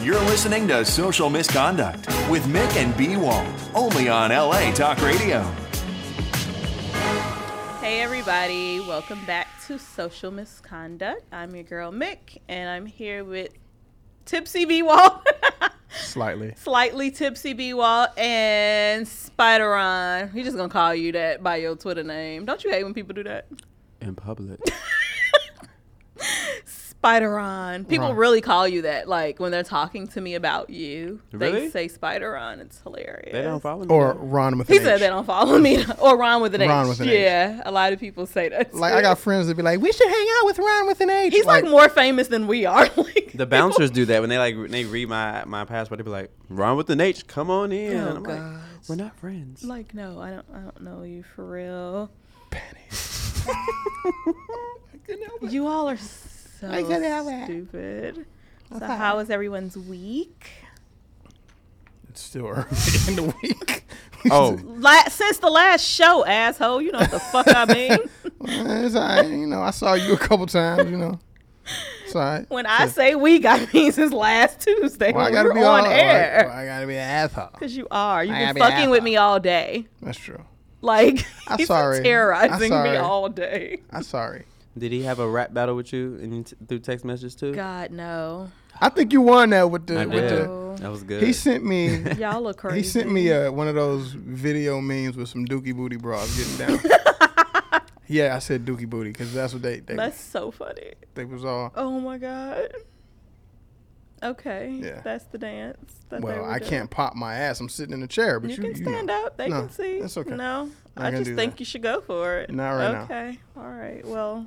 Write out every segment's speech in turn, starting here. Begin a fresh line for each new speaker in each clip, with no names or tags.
You're listening to Social Misconduct with Mick and B Wall, only on LA Talk Radio.
Hey, everybody, welcome back to Social Misconduct. I'm your girl Mick, and I'm here with Tipsy B Wall,
Slightly.
slightly Tipsy B Wall, and Spideron. We're just gonna call you that by your Twitter name. Don't you hate when people do that?
in public.
Spideron. People
Right.
really call you that, like when they're talking to me about you. They
Really?
say Spideron. It's hilarious.
They don't follow me.
Or
though.
Ron with
He
an
said
H.
they don't follow me or Ron with an H.
Ron with an H.
yeah, a lot of people say that.
Like I got friends that be like, we should hang out with Ron with an H.
He's like, more famous than we are. like,
the bouncers do that when they like when they read my my passport. They be like, "Ron with an H, come on in."
Oh,
I'm
God.
like, "We're not friends."
Like no, I don't. I don't know you for real. You all are so
I couldn't help it.
stupid. So
thought-
how was everyone's week?
it's still early in the week.
oh,
La- since the last show, asshole. You know what the fuck I mean.
it's all right. You know, I saw you a couple times. You know, it's all right.
When I say week, I mean since last Tuesday
Why I
when
gotta
we
be
were on
all- why-
air.
why I gotta be an asshole.
Because you are. You've
I
been
gotta be
fucking with
asshole.
me all day.
That's true.
Like
I'm
he's
sorry.
been
I'm
terrorizing me
sorry.
all day.
I'm sorry.
did he have a rap battle with you and t- through text messages too?
God no.
I think you won that with the.
I
With
did.
the
No.
That was good.
he sent me.
Y'all look crazy.
He sent me uh, one of those video memes with some Dookie Booty bras getting down. yeah, I said Dookie Booty because that's what they they,
That's so funny.
they was all.
Oh my god. Okay.
Yeah.
That's the dance. that they
Well,
were
I
doing.
can't pop my ass. I'm sitting in a chair, but
You,
you,
can
you know.
stand up. They
No,
can see.
that's okay.
No, I
gonna
just
do
think
that.
you should go for it.
Not right now.
Okay. All right. Well,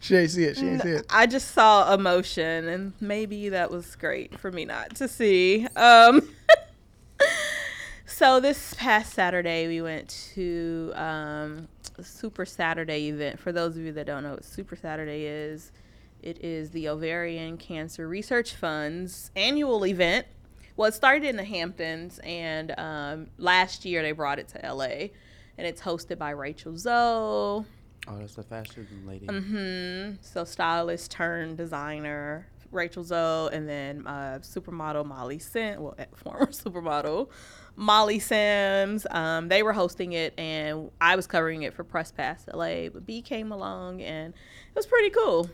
She ain't see it. She ain't see it.
I just saw emotion, and maybe that was great for me not to see. Um, so this past Saturday, we went to um, a Super Saturday event. For those of you that don't know what Super Saturday is, it is the Ovarian Cancer Research Fund's annual event. Well, it started in the Hamptons, and um, last year they brought it to LA, and it's hosted by Rachel Zoe.
oh, that's the fashion lady.
Mm-hmm. So stylist turned designer Rachel Zoe, and then uh, supermodel Molly Sim, well, eh, former supermodel Molly Sims. Um, they were hosting it, and I was covering it for Press Pass LA. But B came along, and it was pretty cool.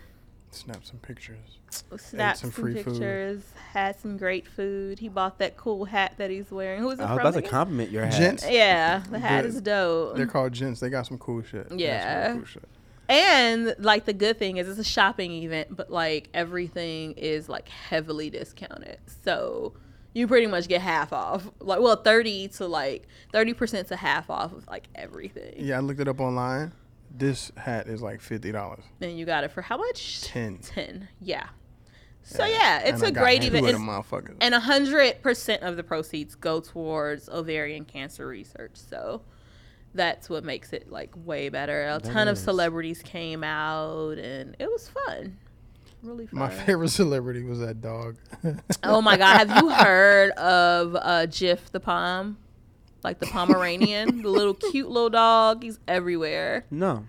Snap some pictures.
Snapped some,
some free food.
pictures, had some great food. He bought that cool hat that he's wearing. Who is it
I
from?
was about to
again?
compliment your hat.
Gents,
yeah, the hat
They're-
is dope.
they're called gents. They got some cool shit. They got some
Yeah.
real cool shit.
And like the good thing is it's a shopping event, but like everything is like heavily discounted. So you pretty much get half off. Like well, 30 to like 30% to half off of like everything.
Yeah, I looked it up online. This hat is like fifty dollars.
And you got it for how much?
10.
10. Yeah. So yeah, it's a
I got
great
two
event.
Of
It's,
them motherfuckers.
and 100% of the proceeds go towards ovarian cancer research. So that's what makes it like way better. A ton of
is.
celebrities came out and it was fun. Really fun.
my favorite celebrity was that dog.
Oh my god, have you heard of uh Jif the Palm? Like the Pomeranian, the little cute little dog, he's everywhere.
No.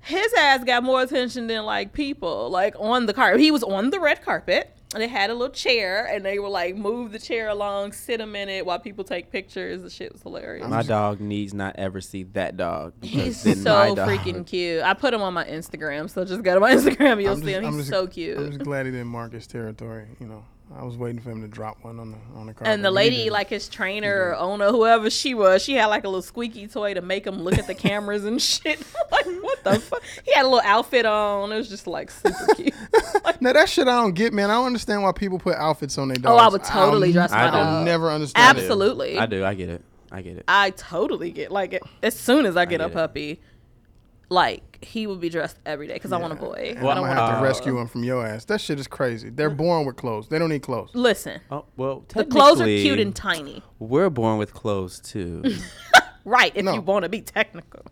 His ass got more attention than like people, like on the carpet. He was on the red carpet and they had a little chair and they were like move the chair along, sit a minute while people take pictures. The shit was hilarious.
My dog needs not ever see that dog.
He's
because then my
so
dog-
freaking cute. I put him on my Instagram, so just go to my Instagram, you'll
I'm
see
just-
him. He's
I'm just-
so
I'm
cute.
just glad he didn't mark his territory. You know, I was waiting for him to drop one on the on the car.
And the lady, like his trainer or owner, whoever she was, she had like a little squeaky toy to make him look at the cameras and shit. like, what the fuck? He had a little outfit on. It was just like super cute.
now that shit I don't get, man. I don't understand why people put outfits on their dogs.
oh, I would totally
I'll-
dress my
I don't
dog.
I'll never understand. it.
Absolutely.
I do. I get it. I get it.
I totally get like it- as soon as I get a
get it.
puppy, like he would be dressed every day because I want a boy.
And
I don't
I'm gonna
want a
have to
girl.
rescue him from your ass. That shit is crazy. They're born with clothes. They don't need clothes.
Listen,
Oh well,
the clothes are cute
technically,
and tiny,
we're born with clothes too.
right? If
No.
you want to be technical,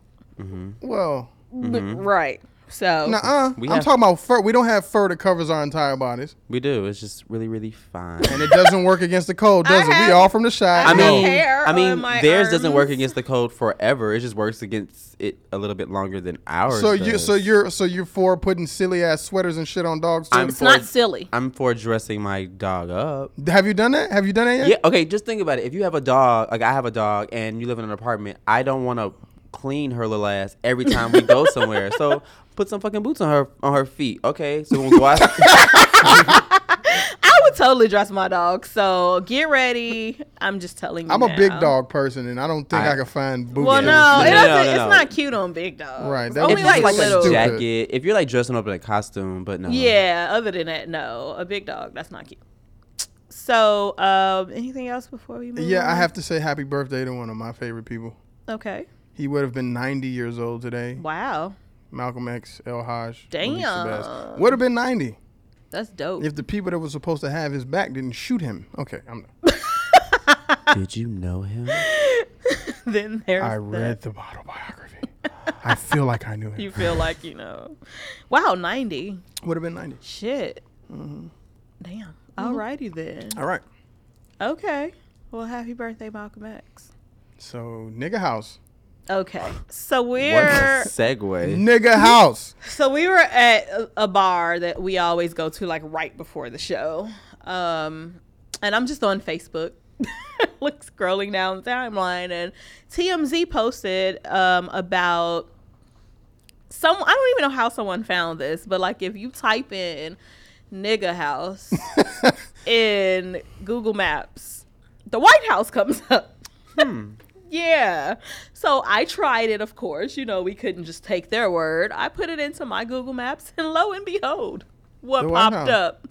Well,
right? So
Nuh uh.
We
I'm
have-
talking about fur. We don't have fur that covers our entire bodies.
We do. It's just really, really fine.
And it doesn't work against the cold, does
I
it?
have-
we all from the side.
I
have
mean,
hair
I mean,
on my
theirs doesn't work
arms.
against the cold forever. It just works against it a little bit longer than ours.
so you,
does.
so you're, so you're for putting silly ass sweaters and shit on dogs. Too?
I'm
it's not silly.
I'm for dressing my dog up.
have you done that? Have you done that yet?
Yeah. Okay. Just think about it. If you have a dog, like I have a dog, and you live in an apartment, I don't want to clean her little ass every time we go somewhere. So put some fucking boots on her on her feet. Okay. So when we go out,
I would totally dress my dog. So get ready. I'm just telling you.
I'm a big
now.
dog person, and I don't think I,
I-
can find boots.
Well,
that
no,
would
it
fit.
No, no,
doesn't,
no,
it's
no.
not cute on big dogs.
Right,
It's
that
only
was
like,
just like a
little.
stupid-
jacket. If you're like dressing up in a costume, but no.
Yeah. Other than that, no. A big dog. That's not cute. So, um, anything else before we move?
Yeah, I
on?
have to say happy birthday to one of my favorite people.
Okay.
He would have been 90 years old today.
Wow.
Malcolm X, El Haj.
Damn.
Would have been 90
That's dope.
if the people that were supposed to have his back didn't shoot him. Okay, I'm.
Did you know him?
then there's
I
that.
read the autobiography. I feel like I knew him.
You feel like you know. Wow, ninety.
Would have been 90.
Shit.
Mm-hmm.
Damn. Mm-hmm. Alrighty then.
All right.
Okay. Well, happy birthday, Malcolm X.
So nigga house,
Okay. So
What a
we're
segue.
nigga house.
so we were at a- a bar that we always go to like right before the show. Um and I'm just on Facebook. like scrolling down the timeline and TMZ posted um about some I don't even know how someone found this, but like if you type in nigga house in Google Maps, the White House comes up.
Hmm.
Yeah. So I tried it, of course. You know, we couldn't just take their word. I put it into my Google Maps, and lo and behold, what
The White House.
popped up?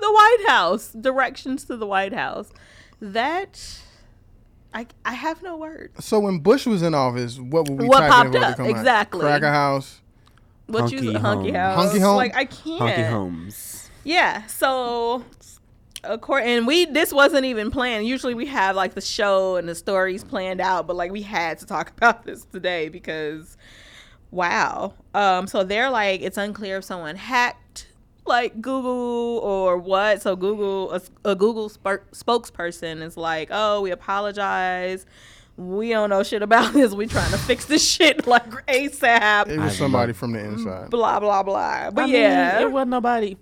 The White House. Directions to the White House. That. I, I have no words.
So when Bush was in office, what would we
What
type
popped
in for it to
up?
come out?
Exactly.
Cracker house.
What you
Hunky
hunky
home.
house?
Hunky home?
Like I can't.
Honky Holmes.
Yeah. So, of course, and we this wasn't even planned. Usually we have like the show and the stories planned out, but like we had to talk about this today because, wow. Um. So they're like, it's unclear if someone hacked like Google or what. So Google, a, a Google spur- spokesperson is like, oh, we apologize. We don't know shit about this. We trying to fix this shit like ASAP.
It was
I
somebody
love-
from the inside.
blah blah blah. But
I mean,
yeah,
it wasn't nobody.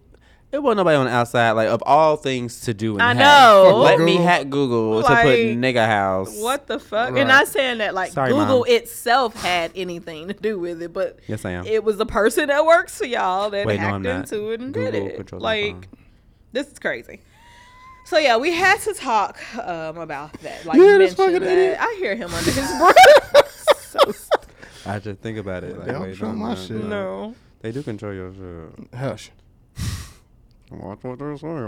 It wasn't nobody on the outside. Like of all things to do, and
I
hack,
know.
Let me
Google.
hack Google to
Like,
put nigga house.
What the fuck?
Right.
And not saying that like
Sorry,
Google
Mom.
itself had anything to do with it, but
Yes, I am.
it was the person that works for y'all that
Wait, no,
hacked
I'm not.
into it and
Google
did it.
controls my phone.
Like this is crazy. So yeah, we had to talk um, about that. Like
Yeah,
you
this
mentioned
fucking
that.
idiot.
I hear him under his breath. so st-
I just think about it. Like,
They don't
wait,
show
no,
my
no,
shit.
no.
They do control your shit.
Hush.
Watch what they're saying.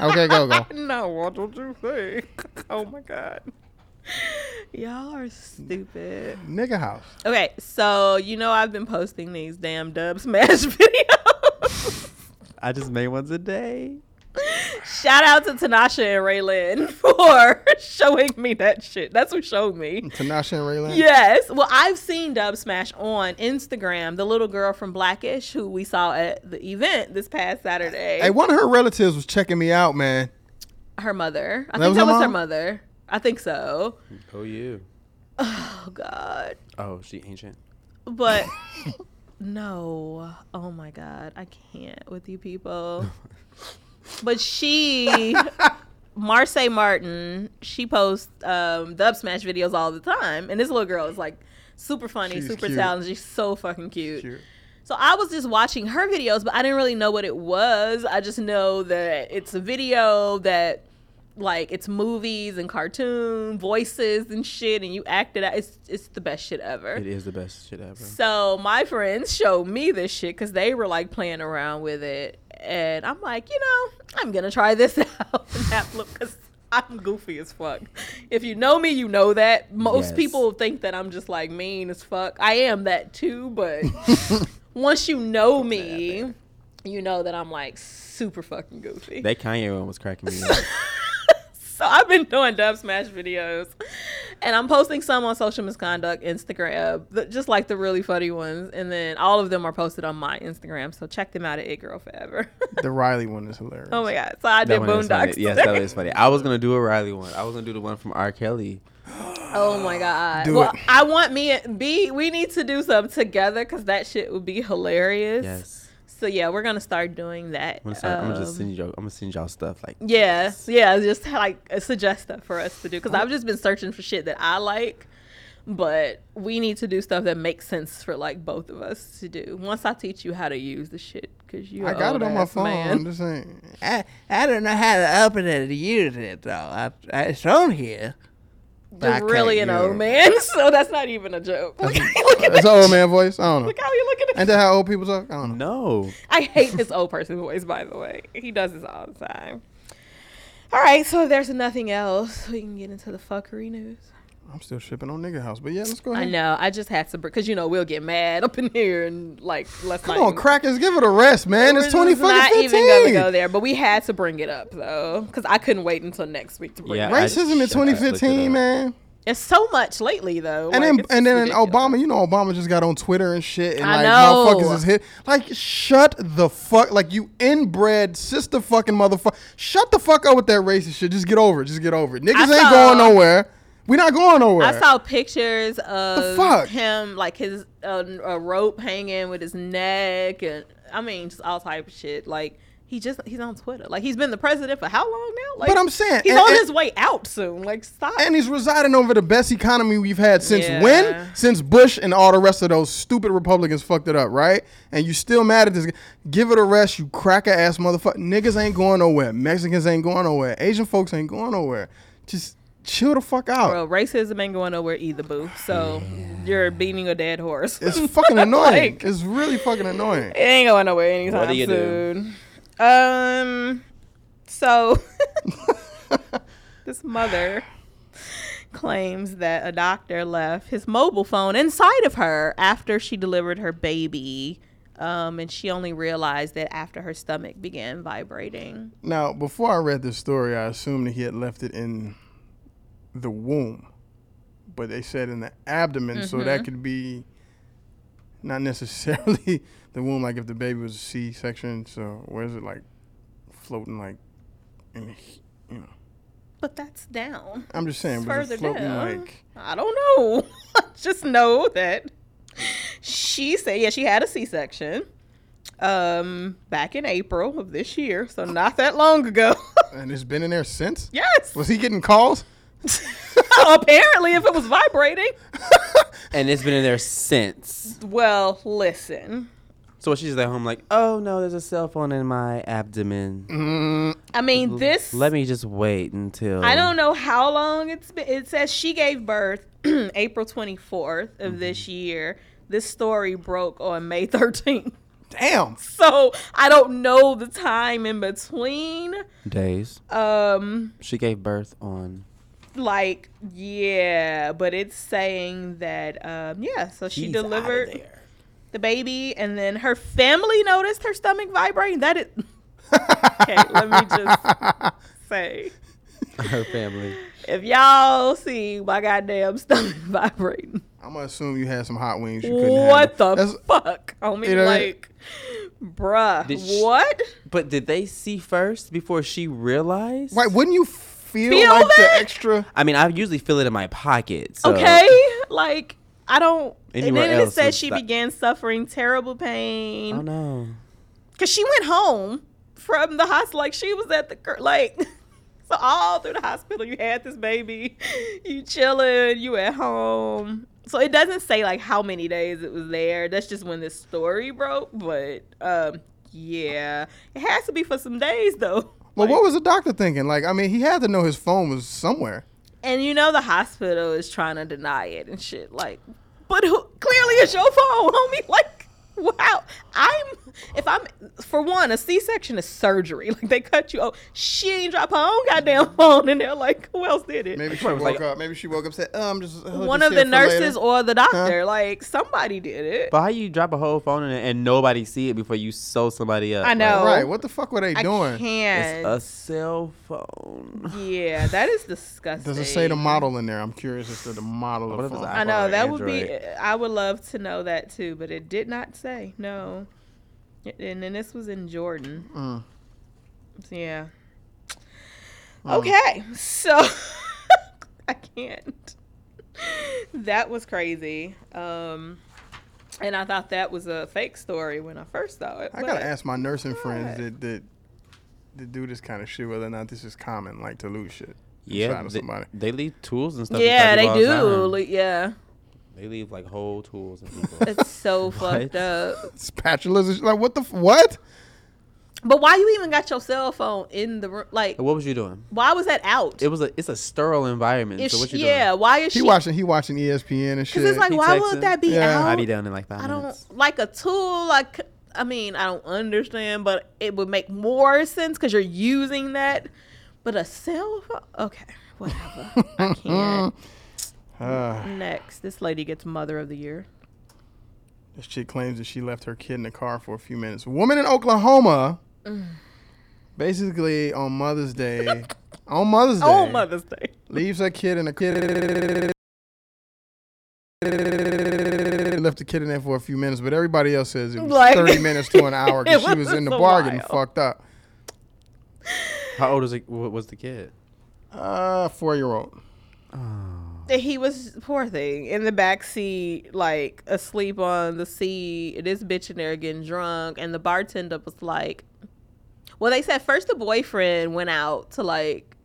Okay, go go.
No, what did you think? Oh my god. Y'all are stupid.
nigga house.
Okay, so you know I've been posting these damn dub smash videos.
I just made one today.
Shout out to Tanasha and Raylan for showing me that shit. That's what showed me.
Tanasha and Raylan.
Yes. Well, I've seen Dub Smash on Instagram, the little girl from Blackish who we saw at the event this past Saturday.
Hey, one of her relatives was checking me out, man.
her mother. I
That
think
was
that
her
was her
mom?
mother. I think so.
Oh you.
Oh God.
Oh, she ancient.
But no. Oh my God. I can't with you people. But she, Marseille Martin, she posts um, dub smash videos all the time. And this little girl is like super funny,
She's
super
cute.
talented. She's so fucking cute.
Cute.
So I was just watching her videos, but I didn't really know what it was. I just know that it's a video that like it's movies and cartoon voices and shit and you act it out. It's it's the best shit ever.
It is the best shit ever.
So my friends showed me this shit because they were like playing around with it, and I'm like, you know, I'm gonna try this out and have look because I'm goofy as fuck. If you know me, you know that. Most
Yes.
people think that I'm just like mean as fuck. I am that too, but once you know me, you know that I'm like super fucking goofy.
That Kanye one was cracking me up.
so I've been doing dub smash videos, and I'm posting some on social misconduct Instagram, the- just like the really funny ones, and then all of them are posted on my Instagram. So check them out at It Girl Forever.
The Riley one is hilarious.
oh my god! So I did
one is funny.
Boondocks.
Yes,
today.
that one is funny. I was gonna do a Riley one. I was gonna do the one from R. Kelly.
Oh my god!
Do
well,
it.
I want me and B. We need to do something together because that shit would be hilarious.
Yes.
So yeah, we're gonna start doing that.
I'm gonna, start- I'm gonna just
Um,
send you. I'm gonna send y'all stuff like.
Yeah, yeah, just like uh, suggest stuff for us to do because I've just been searching for shit that I like, but we need to do stuff that makes sense for like both of us to do. Once I teach you how to use the shit, because you,
I
a
got it on my
old-ass
phone. I'm
man.
just saying.
I, I don't know how to open it to use it though. I, I, it's on here.
but
You're
I can't
really an
use
old
it.
man, so that's not even a joke. Look, look at
That's
that.
an old man voice. I don't know.
Look how you looking at
Ain't that how old people talk? I don't know.
No.
I hate his old person voice, by the way. He does this all the time. All right, so if there's nothing else, we can get into the fuckery news.
I'm still shipping on nigga house, but yeah, let's go
I
ahead.
know. I just had to because you know we'll get mad up in here and like let's
Come
not
on,
even-
crackers, give it a rest, man.
We're
It's twenty
just not
fucking
even gonna go
fifteen.
there, but we had to bring it up though because I couldn't wait until next week to bring
Yeah,
it. up.
I
Racism in
just looked it
twenty
up.
fifteen, man.
It's so much lately though.
And
like,
then
it's
and then
ridiculous.
Obama, you know, Obama just got on Twitter and shit, and
I
like
know.
motherfuckers is hit. Like, shut the fuck, like you inbred sister fucking motherfucker. Shut the fuck up with that racist shit. Just get over it. Just get over it. Niggas
saw-
ain't going nowhere. We not going nowhere.
I saw pictures of
fuck?
him like his uh, a rope hanging with his neck, and I mean just all type of shit. Like he just he's on Twitter. Like he's been the president for how long now? Like,
But I'm saying,
he's
and-
on
and-
his way out soon. Like stop.
and he's residing over the best economy we've had since
Yeah.
when? Since Bush and all the rest of those stupid Republicans fucked it up, right? And you still mad at this? Give it a rest, you cracker ass motherfucker. Niggas ain't going nowhere. Mexicans ain't going nowhere. Asian folks ain't going nowhere. Just chill the fuck out.
Bro, racism ain't going nowhere either, boo. So you're beating a dead horse.
It's fucking annoying.
Like-
it's really fucking annoying.
It ain't going nowhere anytime
What do you do?
soon. Um, so this mother claims that a doctor left his mobile phone inside of her after she delivered her baby. Um, and she only realized that after her stomach began vibrating.
Now, before I read this story, I assumed that he had left it in the womb, but they said in the abdomen, so
Mm-hmm.
that could be not necessarily the womb. Like if the baby was a C-section, so where's it like floating like in? he- You know,
But that's down.
I'm just saying,
It's
was
further
it floating
down.
like?
I don't know. I just know that she said, yeah, she had a C section um, back in April of this year, so not that long ago.
And it's been in there since.
yes.
Was he getting calls?
Apparently, if it was vibrating.
And it's been in there since.
Well, listen.
So she's at home like, oh no, there's a cell phone in my abdomen.
I mean, this.
Let me just wait until.
I don't know how long it's been. It says she gave birth April 24th of this year. This story broke on May 13th.
Damn.
So I don't know the time in between.
Days.
Um,
She gave birth on.
like yeah, but it's saying that um, yeah. So she
She's outta
delivered
there.
the baby, and then her family noticed her stomach vibrating. That is okay. let me just say,
Her family.
if y'all see my goddamn stomach vibrating,
I'm gonna assume you had some hot wings. You couldn't handle.
what the
That's-
fuck? I mean,
You know-
like, bruh,
Did she-
what?
But did they see first before she realized?
Right? Wouldn't you feel,
Feel
like the
that?
extra?
I mean, I usually feel it in my pocket. So.
okay like i don't and
Anywhere
then it
else
says
is
she
that-
began suffering terrible pain
Oh no.
because she went home from the hospital like she was at the cur- like so all through the hospital you had this baby you chilling you at home so it doesn't say like how many days it was there that's just when this story broke but um yeah it has to be for some days though Like-
Well, what was the doctor thinking? Like, I mean, he had to know his phone was somewhere.
and you know the hospital is trying to deny it and shit like but who, clearly it's your phone homie like wow i'm if I'm for one, a C-section is surgery. Like they cut you. Oh, she ain't drop her own goddamn phone, and they're like, who else did it?
Maybe she
Probably
woke
was like-
up. Maybe she woke up and said, oh, I'm just. I'll
one
just
of the
save it for later."
nurses or the doctor. Like somebody did it.
But how you drop a whole phone in it and nobody see it before you sew somebody up?
I know.
Right. What the fuck were they
I
doing?
It's
can't.
a cell phone.
yeah, that is disgusting.
Does it say the model in there? I'm curious as to the model of
What
the
if it's
phone.
iPhone?
I know
or
that would be.
Android?
I would love to know that too, but it did not say no. And then this was in Jordan.
Mm.
So, yeah.
Mm.
Okay, so I can't. That was crazy. Um, and I thought that was a fake story when I first saw it.
I gotta
but-
ask my nursing friends
What?
that that that do this kind of shit whether or not this is common, like to lose shit.
Yeah,
Inside of
they,
somebody.
they leave tools and stuff.
Yeah,
inside
they
people all the
do.
time.
Like, yeah,
They leave like whole tools and people.
it's so fucked up.
Spatulas, and shit, like what the f- what?
But why you even got your cell phone in the room? Like,
what was you doing?
why was that out?
It was a it's a sterile environment.
Is
so what
she-
you
yeah,
doing?
why is
He
she?
watching he watching E ESPN and shit.
Because it's like,
He
why
texting.
would that be
Yeah.
out?
I'll be down in like five
I don't
minutes.
like a tool. Like, I mean, I don't understand, but it would make more sense because you're using that. But a cell phone, okay, whatever. I can't.
Ah,
Next, this lady gets Mother of the Year.
this chick claims that she left her kid in the car for a few minutes. Woman in Oklahoma, basically on Mother's Day, on Mother's Day,
Oh, Mother's Day.
leaves her kid in a kid. Left the kid in there for a few minutes, but everybody else says it was
Like-
30 minutes to an hour because
It
she
was
was in the
so
bargain
wild.
fucked up.
How old is it? What was the kid?
Uh, four year old.
And He was poor thing in the back seat, like asleep on the seat. This bitch in there getting drunk, and the bartender was like, "Well, they said first the boyfriend went out to like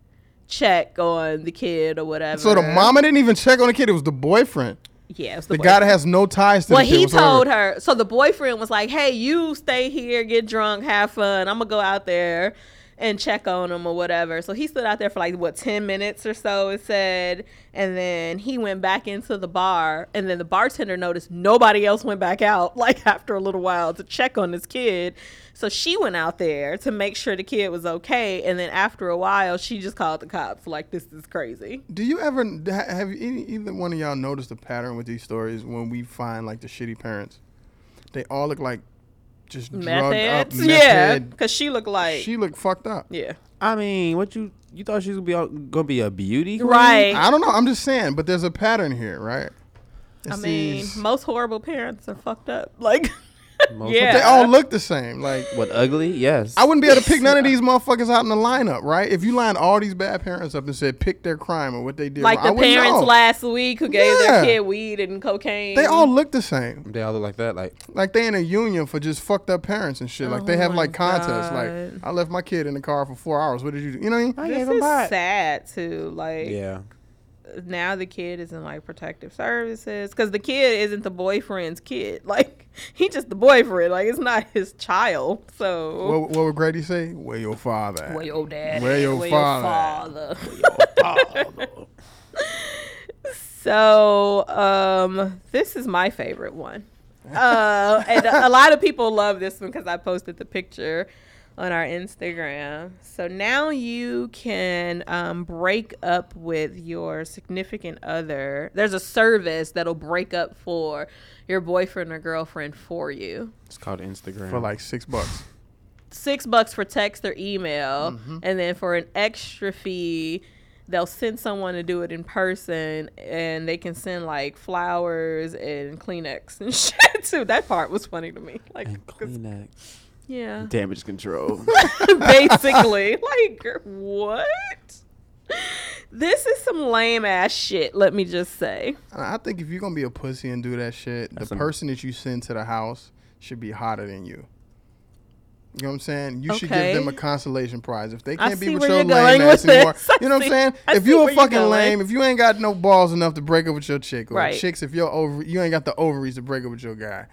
check on the kid or whatever."
So the mama didn't even check on the kid. It was the boyfriend.
yeah, it was
The,
the,
guy that
boyfriend.
has no ties to
Well,
the kid.
he
whatsoever.
told her. So the boyfriend was like, "Hey, you stay here, get drunk, have fun. I'm gonna go out there and check on him or whatever." So he stood out there for like what ten minutes or so. It said, and then he went back into the bar, and then the bartender noticed nobody else went back out. Like after a little while to check on this kid, so she went out there to make sure the kid was okay. And then after a while, she just called the cops. Like this is crazy.
Do you ever ha- have you- any, either one of y'all noticed a pattern with these stories when we find like the shitty parents? They all look like just drugged up.
Methods,
Meth
yeah,
head.
because she looked like
She looked fucked up.
yeah.
I mean, what you you thought she was gonna be all, gonna be a beauty? queen?
Right.
I don't know. I'm just saying, but there's a pattern here, right?
I
It's
mean,
these-
most horrible parents are fucked up. Like,
Most-
yeah,
they all look the same. Like
What ugly? Yes.
I wouldn't be able to pick none of these motherfuckers out in the lineup, right? If you lined all these bad parents up and said pick their crime or what they did,
like
wrong, I
the
wouldn't
parents
know.
last week who gave
Yeah.
their kid weed and cocaine.
They all look the same.
they all look like that. Like
Like they in a union for just fucked up parents and shit. like they
Oh
have
my
like contests.
God.
Like I left my kid in the car for four hours. What did you do? You know what I mean?
This is sad too. Like,
yeah.
now the kid is in like protective services because the kid isn't the boyfriend's kid. Like, he just the boyfriend. Like, it's not his child. So,
What, what would Grady say? Where your father? At?
Where your dad?
Where
at?
your father
father? so, um, this is my favorite one, uh, and a a lot of people love this one because I posted the picture on our Instagram. So now you can um, break up with your significant other. There's a service that'll break up for your boyfriend or girlfriend for you
It's called Instagram.
For like six bucks.
six bucks for text or email,
Mm-hmm.
and then for an extra fee, they'll send someone to do it in person, and they can send like flowers and Kleenex and shit too. That part was funny to me. Like,
And
'cause-
Kleenex.
yeah,
Damage control.
basically, like what? This is some lame ass shit. Let me just say.
And I think if you're gonna be a pussy and do that shit, the
That's a-
person that you send to the house should be hotter than you. You know what I'm saying? You should
Okay.
give them a consolation prize. If they
I
can't be
see
with
where
your
you're
lame
going with
ass
this.
anymore,
I
you know what I'm
see-
saying?
I
if
see
you
where
a
you're
fucking
going.
lame, if you ain't got no balls enough to break up with your chick, or
Right.
chicks, if your over, you ain't got the ovaries to break up with your guy,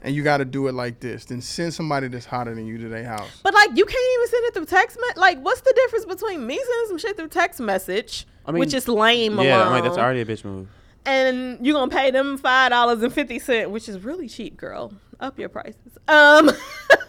and you got to do it like this, then send somebody that's hotter than you to their house.
But like, you can't even send it through text. Me- like, what's the difference between me sending some shit through text message,
I mean,
which is lame?
yeah,
alone.
I'm like that's already a bitch move.
and you're gonna pay them five dollars and fifty cent, which is really cheap, girl. Up your prices. Um,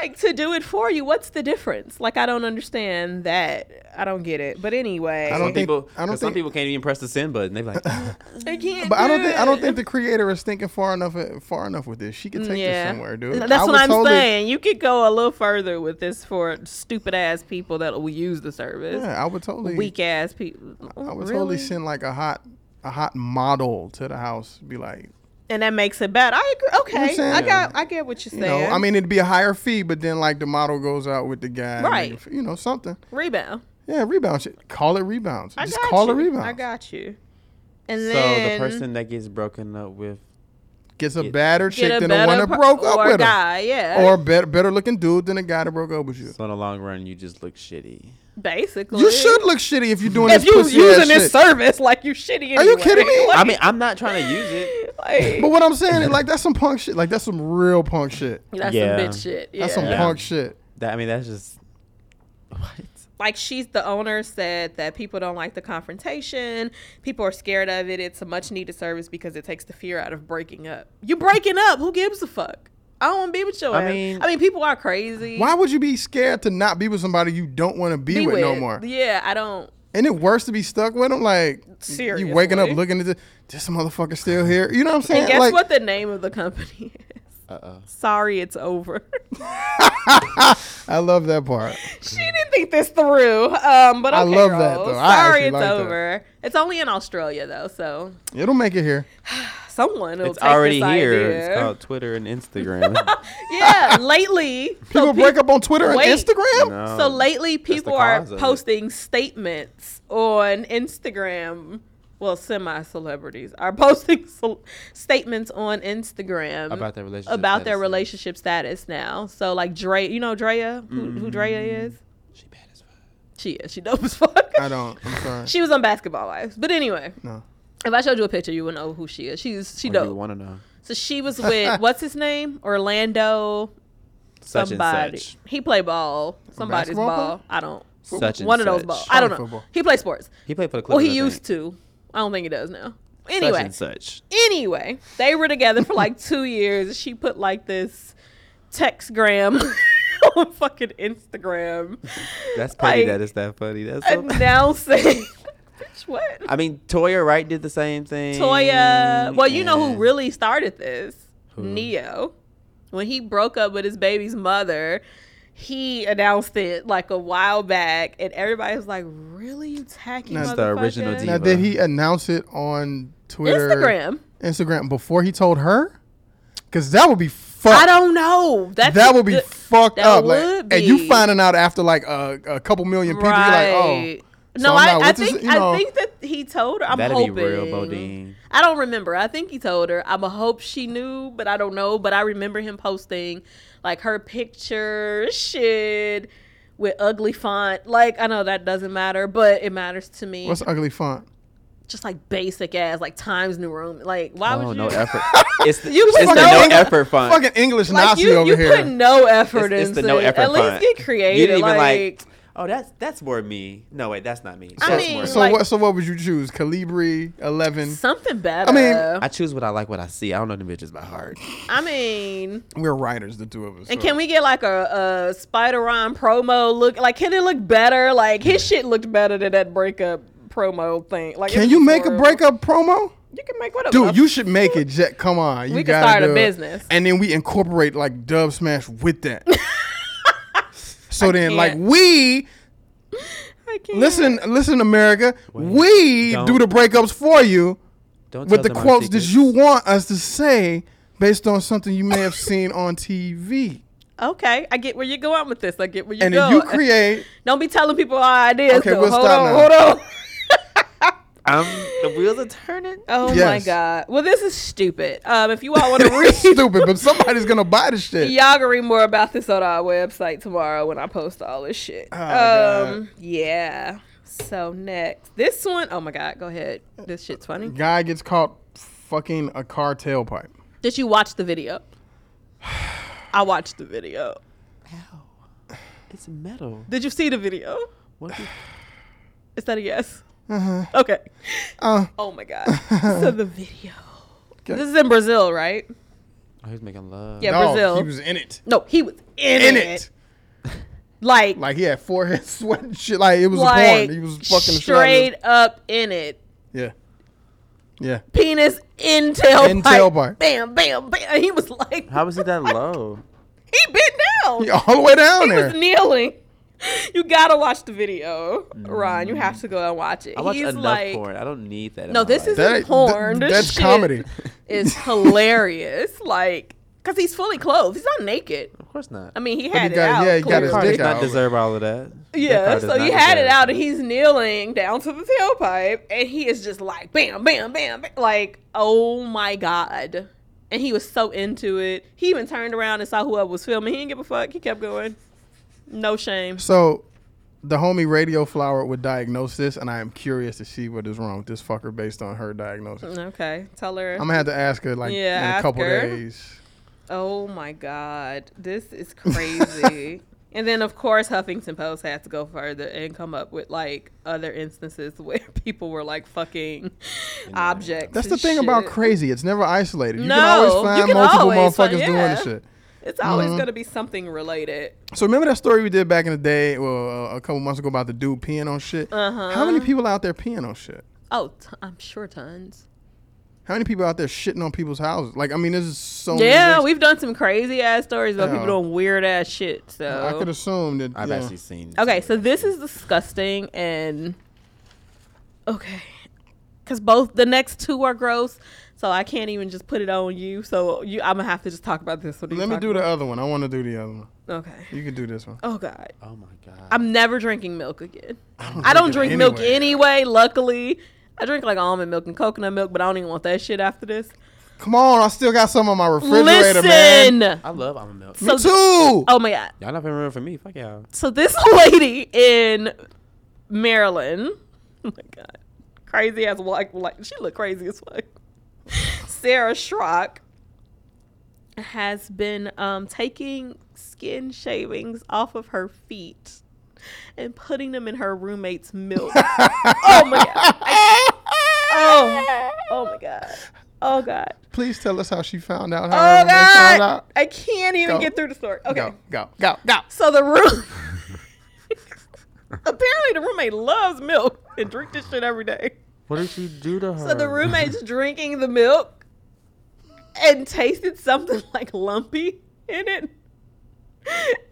like to do it for you. What's the difference? Like I don't understand that. I don't get it. But anyway,
I
Some
don't think-
people,
I don't
'cause some
think-
people can't even press the send button. They be like,
I can't
But I don't
do
think I don't
it.
think the creator is thinking far enough far enough with this. She could take this somewhere, dude.
That's
I
what
was
I'm
totally-
saying. You could go a little further with this for stupid ass people that will use the service.
Yeah, I would totally
Weak ass people.
I would
really?
totally send like a hot a hot model to the house. Be like,
and that makes it bad. I agree.
I'm
Okay,
saying?
I got. I get what you're
you
saying.
know, I mean, it'd be a higher fee, but then like the model goes out with the guy, and
Right.
they- You know, something.
rebound.
Yeah, rebound. Shit. Call it rebounds.
I
Just
got
call
you.
it rebounds.
I got you. And
so the
then
person that gets broken up with,
Gets a
Get-
badder
get
chick
a
than the one
better
that
per-
broke up
or
with her,
guy, yeah,
or better better looking dude than the guy that broke up with you.
so in the long run, you just look shitty.
basically.
You should look shitty if you're doing
If
this
you
pussy
using
ass
this
shit.
service like you shitty. Anyway.
Are you kidding me?
I mean, I'm not trying to use it.
Like,
But what I'm saying is like that's some punk shit. Like that's some real punk shit.
that's
Yeah.
some bitch shit.
That's some
yeah.
punk shit.
That I mean, that's just what.
like she's the owner said that people don't like the confrontation people are scared of it it's a much needed service because it takes the fear out of breaking up you breaking up who gives a fuck i don't want to be with your
I
ass.
mean-
i mean people are crazy
Why would you be scared to not be with somebody you don't want to be,
Be
with, no more?
yeah i don't
Ain't it worse to be stuck with them? Like
Seriously.
you waking up looking at this, this motherfucker still here. You know what I'm saying?
and guess
like,
what the name of the company is sorry it's over
I love that part.
she didn't think this through um but okay,
Mm-hmm. I love that,
girls.
though. I
sorry
actually
it's
like that.
over it's only in australia though so
It'll make it here.
someone will
It's
take
already
this
here.
idea.
It's called Twitter and Instagram.
yeah lately
People
so
break up on Twitter and
wait.
Instagram.
No.
so lately people are
Um, cause of it.
posting statements on instagram well semi-celebrities are posting so- statements on instagram
About their relationship
about their
status.
relationship status now so like dre you know drea who, who
Mm.
drea is
she bad as fuck.
she is she dope as fuck
I don't. I'm sorry.
she was on basketball wives but anyway
No.
if i showed you a picture you wouldn't know who she is she's she
You
dope
want to know
so she was with what's his name orlando
such
somebody
and such.
he play ball somebody's
basketball
ball
player?
i don't
Such and
one of those
such.
balls. I don't know.
Probably football.
He plays sports.
He played for the Clippers.
Well, he
I
used
think.
to. I don't think he does now.
Such
Anyway,
and such.
anyway, they were together for like two years. She put like this textgram on fucking Instagram
That's petty.
Like,
that it's that funny. That's so bad.
announcing. Bitch, what?
I mean, Toya Wright did the same thing.
Toya. Well, you know who
and-
really started this? Neo. When he broke up with his baby's mother, he announced it like a while back, and everybody was like, "Really, you tacky
That's
the original
motherfucker?"
diva.
Now, did he announce it on Twitter,
Instagram.
Instagram before he told her? Because that would be fucked.
I don't know. That's
that would be
good-
fucked
that
up. like-
would
And you
be.
finding out after like a, a couple million people, you're like,
Right.
oh.
No,
So I'm
I,
not
I
with this,
think
you
I
know.
think that he told her. I'm
That'd be
hoping.
real, Bodine.
I don't remember. I think he told her. I'm a hope she knew, but I don't know. But I remember him posting like her picture shit with ugly font. Like I know that doesn't matter, but it matters to me.
What's ugly font?
Just like basic ass, like Times New Roman. Like why
Oh,
would
no
you?
effort. It's the,
You
it's
put
the
no
no
effort-
effort font.
Fucking English
Like
Nazi
you,
over
you
here.
put no effort
it's, it's
into
the no
it.
effort
At least
font.
get creative.
You didn't even
like,
like, oh, that's that's more me. No, wait, that's not me.
I
That's
mean,
more
So
like-
what? So what would you choose? Calibri eleven.
something better.
mean-
I choose what I like, what I see. I don't know the bitches by heart.
I mean,
We're writers, the two of us.
And
so-
can we get like a, a Spider-Man promo look? Like, can it look better? Like, his shit looked better than that breakup promo thing. Like,
Can
it's
you make a
horrible.
breakup promo?
You can make whatever.
Dude, you should make it. Jet, come on. You
We could
gotta
start a
do it.
business.
and then we incorporate like Dub Smash with that. so then, like
can't.
we
I can't.
listen, listen, America, we
don't-
do the breakups for you
Don't
with
tell
the
them our
quotes that
secrets.
you want us to say based on something you may have seen on TV.
Okay, I get where you're going with this. I get where you're
And then
going.
you create.
Don't be telling people our ideas.
Okay,
though.
we'll
hold
stop
on,
now.
hold on.
I'm the wheels are turning.
Oh my
Yes.
god. Well, this is stupid. Um, if you all want to
It's
read,
stupid, but somebody's gonna buy the shit.
y'all can read more about this on our website tomorrow when I post all this shit.
Uh, Oh, God.
um, yeah. So next, this one. Oh my god. Go ahead. This shit's funny.
Guy gets caught fucking a car tailpipe.
Did you watch the video? I watched the video.
Ow. It's metal.
Did you see the video?
What the-
Is that a yes?
Uh-huh.
Okay.
Uh.
oh my god. so the video. This is in Brazil, right?
Oh, he's making love.
Yeah.
Dog,
Brazil.
he was in it.
No, he was in,
In
it.
it.
Like,
Like he had forehead sweat and shit. Like it was
like
born. He was fucking the shit out of
straight up in it.
it. Yeah. Yeah.
Penis in tailpipe.
In tailpipe.
Bam, bam, bam. And He was like,
How was he that low?
he bent down.
He all the way down
he
there.
was kneeling. You gotta watch the video, Ron. You have to go and watch it.
I watch
He's
enough
like,
porn. I don't need that. in
No,
my
this
life.
is
That-
that, porn. This
th- that's
shit
comedy.
Is hilarious. like, cause he's fully clothed. He's not naked.
Of course not.
I mean, he had it
got-
out.
yeah, he got his
car
clearly.
does
dick out.
not deserve all of that. That
Yeah,
car does
so
not
he had it
deserve
out,
that.
and he's kneeling down to the tailpipe, and he is just like bam, bam, bam, bam. like oh my god. And he was so into it. He even turned around and saw whoever was filming. He didn't give a fuck. He kept going. No shame.
So, the homie Radio Flower would diagnose this, and I am curious to see what is wrong with this fucker based on her diagnosis.
Okay, tell her.
I'm gonna have to ask her like
Mm. Yeah,
in a
ask
couple
her.
days.
Oh my God, this is crazy. and then, of course, Huffington Post had to go further and come up with like other instances where people were like fucking objects.
That's the
and
thing about
shit.
crazy; it's never isolated. You can
No,
always
you
find
can
multiple
always
motherfuckers
find-
doing
yeah.
this shit.
It's always
uh-huh.
gonna be something related.
So remember that story we did back in the day, well, uh, a couple months ago about the dude peeing on shit. Uh-huh. How many people out there peeing on shit?
Oh, t- I'm sure tons.
How many people out there shitting on people's houses? Like, I mean, this is so. many
Yeah,
things.
we've done some crazy ass stories about
Yeah.
people doing weird ass shit.
I could
So
assume that.
I've
yeah.
actually seen.
okay, so this is disgusting and okay, because both the next two are gross. So I can't even just put it on you. So you, I'm gonna have to just talk about this one.
Let me do the uh, other one. I want to do the other one.
Okay.
You can do this one.
Oh God.
Oh my god.
I'm never drinking milk again. I don't drink
drink it
milk
anyway.
anyway. Luckily, I drink like almond milk and coconut milk, but I don't even want that shit after this.
Come on, I still got some on my refrigerator,
Listen.
man.
I love almond milk.
So
Two.
Oh my god.
Y'all not been room for me. Fuck y'all.
So this lady in Maryland, oh my god, crazy as like like she looked crazy as fuck. Sarah Schrock has been um, taking skin shavings off of her feet and putting them in her roommate's milk. oh my god. I- oh, oh my god. Oh god.
Please tell us how she found out. How her
Oh
roommate Found
god.
out.
I can't even
Go.
get through the story. Okay.
Go, go, go, go.
So the room. Apparently, the roommate loves milk and drink this shit every day.
What did you do to her?
So the roommate's drinking the milk and tasted something like lumpy in it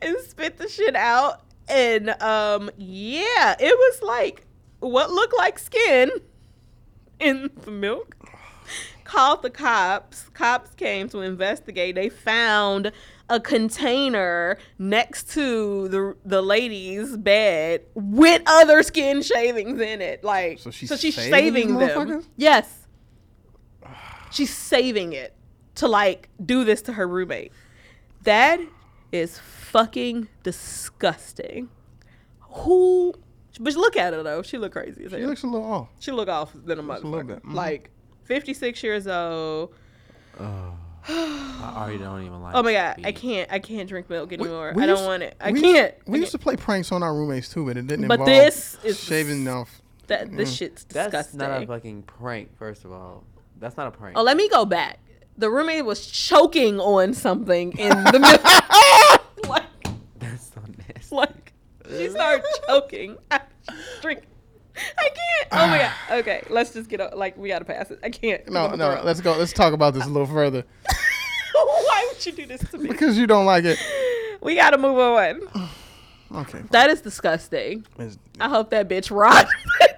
and spit the shit out. And um, yeah, it was like what looked like skin in the milk. Called the cops. Cops came to investigate. They found a container next to the the lady's bed with other skin shavings in it. Like
So
so,
she's
she's saving,
saving these motherfuckers?
them. Yes, she's saving it to like do this to her roommate. That is fucking disgusting. Who? But look at her though. She look crazy as hell.
He looks a little off.
She look off than a motherfucker.
a little bit, mhm.
Like fifty six years old.
I already don't even like.
Oh my god, I
feet.
can't. I can't drink milk anymore.
we
I don't
used-
want it. I
we
can't.
Used, we
I
used to
can't.
play pranks on our roommates too, but it didn't
But
involve
this is-
shaving off.
That
Mm.
this shit's
That's
disgusting.
not a fucking prank. First of all, that's not a prank.
oh, let me go back. The roommate was choking on something in the milk. like,
that's so nasty.
like she started choking. I drink. I can't. Oh my god. Okay, let's just get. o- Like we gotta pass it. I can't.
No,
I'm
no.
gonna
Let's go. Let's talk about this a little further
throw up. Why would you do this to me?
because you don't like it.
We gotta move on.
Okay.
That is disgusting.
It's-
I hope that bitch Rod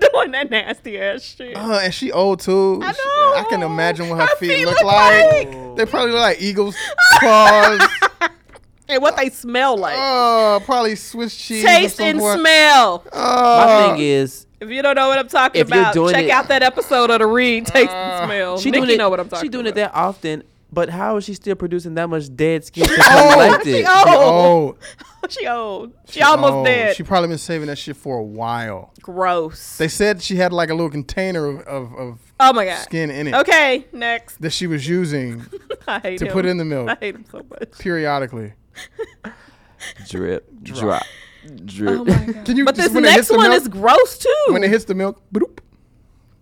doing that nasty ass shit.
Uh, and she old too.
I
She- I can
know.
imagine what her, feet, look, like.
like.
They probably look like eagles claws.
and what they smell like.
uh, probably Swiss cheese.
Taste
or
and
something.
smell.
My
Uh,
thing is,
If you don't know what I'm talking
If you're
about,
doing
check
it-
out that episode of the Read
Uh,
Taste and Smell.
she
She Nikki
doing it.
know what I'm talking.
she doing
about.
it that often, but how is she still producing that much dead skin to
old.
Oh,
collect
She
it?
old.
oh,
She old. She, almost
oh,
dead.
She probably been saving that shit for a while.
Gross.
They said she had like a little container of, of, of
oh my god.
skin in it
Okay, next.
that she was using
I hate
to
him.
put in the milk
I hate him so much.
periodically.
Drip, drop, drip.
Oh my god.
Can you?
But
just
this
when it hits
next
the
one
milk-
is gross too.
when it hits the milk. Bloop,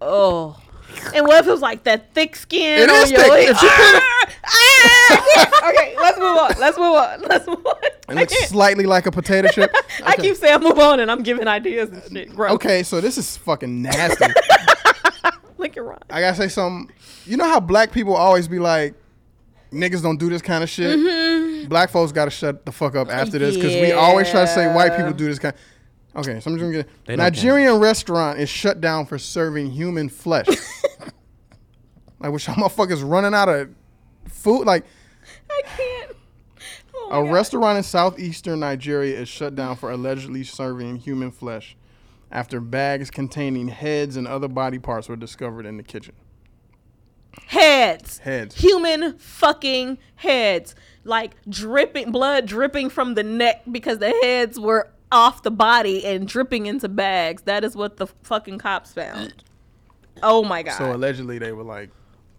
oh. And what if it was like that thick skin?
It
on
is
your
thick.
leg?
If she put
Ah! okay, let's move on. Let's move on. Let's move on.
It
I,
looks
can't-
slightly like a potato chip.
I keep saying move on, and I'm giving ideas and shit. Gross.
Okay, so this is fucking nasty.
Look at Ron.
I gotta say something. You know how black people always be like, niggas don't do this kind of shit. Black folks gotta shut the fuck up after this because we always try to say white people do this kind. Okay, so I'm just gonna get
They don't
Nigerian restaurant is shut down for serving human flesh. like, which y'all motherfuckers running out of food? Like,
I can't. Oh my
a
God.
restaurant in southeastern Nigeria is shut down for allegedly serving human flesh after bags containing heads and other body parts were discovered in the kitchen.
heads.
Heads.
Human fucking heads. Like dripping blood dripping from the neck because the heads were off the body and dripping into bags. That is what the fucking cops found. Oh my god.
So allegedly they were like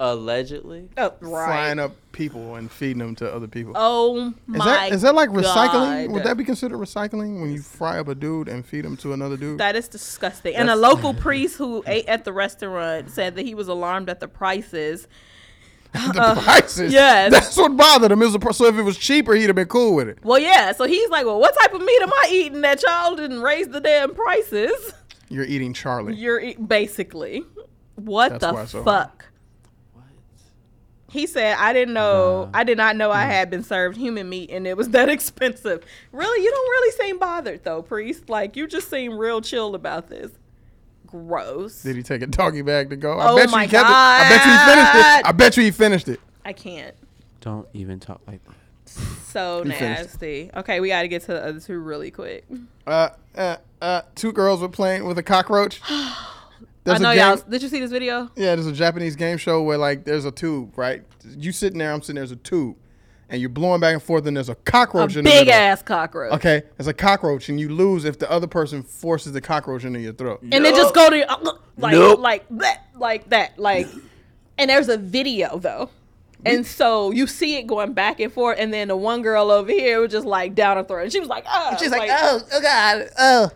Allegedly.
oh, right.
frying up people and feeding them to other people.
Oh my
is that is that like recycling?
God.
Would that be considered recycling when you fry up a dude and feed him to another dude?
That is disgusting. And a local priest who ate at the restaurant said that he was alarmed at the prices.
the prices.
uh, yes.
That's what bothered him. Is the pr- so if it was cheaper, he'd have been cool with it.
Well, yeah. So he's like, "Well, what type of meat am I eating that y'all didn't raise the damn prices?"
You're eating Charlie.
You're e- basically what
That's why
the
it's so hard.
fuck. He said, "I didn't know. I did not know I
Mm.
had been served human meat, and it was that expensive. Really, you don't really seem bothered though, priest. Like you just seem real chilled about this. Gross.
Did he take a doggy bag to go? I
Oh
bet you
my
he kept it. I bet you he finished it. I bet you he finished it.
I can't.
Don't even talk like that.
So
You finished.
nasty. Okay, we got to get to the other two really quick.
Uh, uh, uh, two girls were playing with a cockroach.
I
There's
know
a game,
y'all. Did you see this video?
Yeah, there's a Japanese game show where like there's a tube, right? You sitting there, I'm sitting there, there's a tube, and you're blowing back and forth, and there's a
A
cockroach in the
big
middle.
ass cockroach.
Okay, there's a cockroach, and you lose if the other person forces the cockroach into your throat.
and then just go to your, like
Nope.
like bleh, like that like and there's a video though and so you see it going back and forth and then the one girl over here was just like down her throat and she was like oh
She's like, oh, oh God, oh.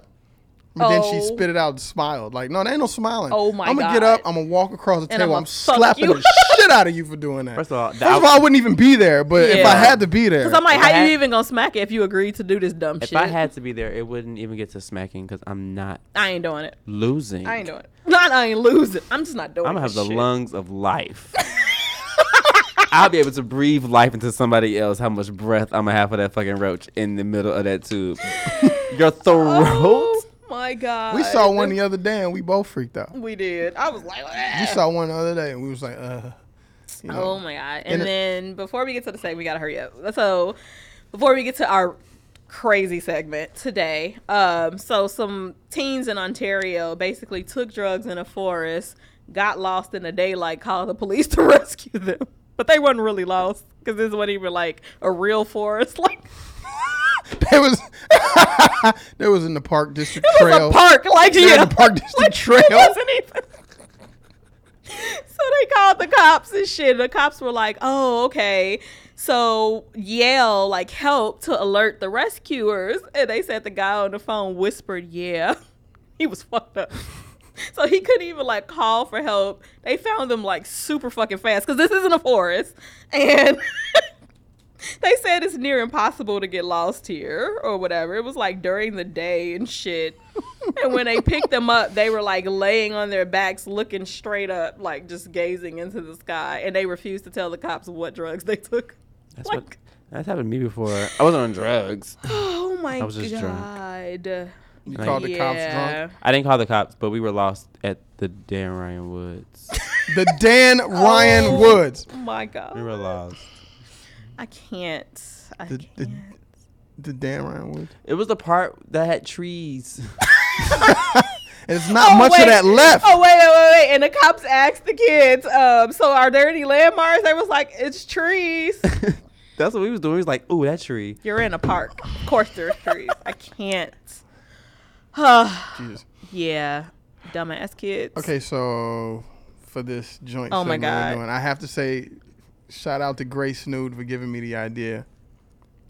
But then she
Oh.
spit it out and smiled. Like, no, there ain't no smiling.
Oh my
I'm gonna get
God.
up, I'm gonna walk across the
And
table,
I'ma
I'm,
fuck
slapping
you.
the shit out of you for doing that.
First of all, the
First of all, I
out-
wouldn't even be there, but if
Yeah.
I had to be there,
because i'm like
If I
how you
had-
even gonna smack it if you agreed to do this dumb
if
shit
I had to be there, it wouldn't even get to smacking because I'm not
I ain't doing it
losing.
i ain't doing it not i ain't losing i'm just not doing
I'm gonna Mm. have
this
the
shit.
lungs of life. I'll be able to breathe life into somebody else. How much breath I'm gonna have for that fucking roach in the middle of that tube? Your throat.
oh my god
we saw one the other day and we both freaked out.
we did i was like
We
"Ah."
saw one the other day and we was like, uh, you know.
Oh my god! And,
And it-
then before we get to the segment, we gotta hurry up. So before we get to our crazy segment today, um, so some teens in Ontario basically took drugs in a forest, got lost in the daylight, called the police to rescue them, but they weren't really lost because this wasn't even like a real forest, like.
There was there was in the park district
It was
trail.
a park, like
They had
yeah,
the park district
Like, it
trail.
wasn't even- so they called the cops and shit. The cops were like, "Oh, okay." So Yale like helped to alert the rescuers, and they said the guy on the phone whispered, "Yeah." He was fucked up. So he couldn't even like call for help. They found him like super fucking fast because this isn't a forest, and they said it's near impossible to get lost here or whatever. It was like during the day and shit. and when they picked them up, they were like laying on their backs, looking straight up, like just gazing into the sky. And they refused to tell the cops what drugs they took.
That's
like,
what. That's happened to me before. I wasn't on drugs.
oh my
was just drunk.
god.
you called the cops drunk.
I didn't call the cops, but we were lost at the Dan Ryan Woods.
The Dan Ryan Woods.
Oh my
We were
god.
lost.
I can't. I
The,
can't.
the, the Dan Ryan Woods.
It was the part that had trees.
And it's not much
Oh, wait.
of that left.
Oh wait, wait, wait, wait! And the cops asked the kids, um, "So are there any landmarks?" They was like, "It's trees."
That's what we was doing. We was like, ooh, that tree.
You're in a park. Of course there's trees. I can't.
Jesus.
Yeah. Dumbass kids.
Okay, so for this joint,
Oh my
segment we're
God.
doing, I have to say, shout out to Grace Snood for giving me the idea.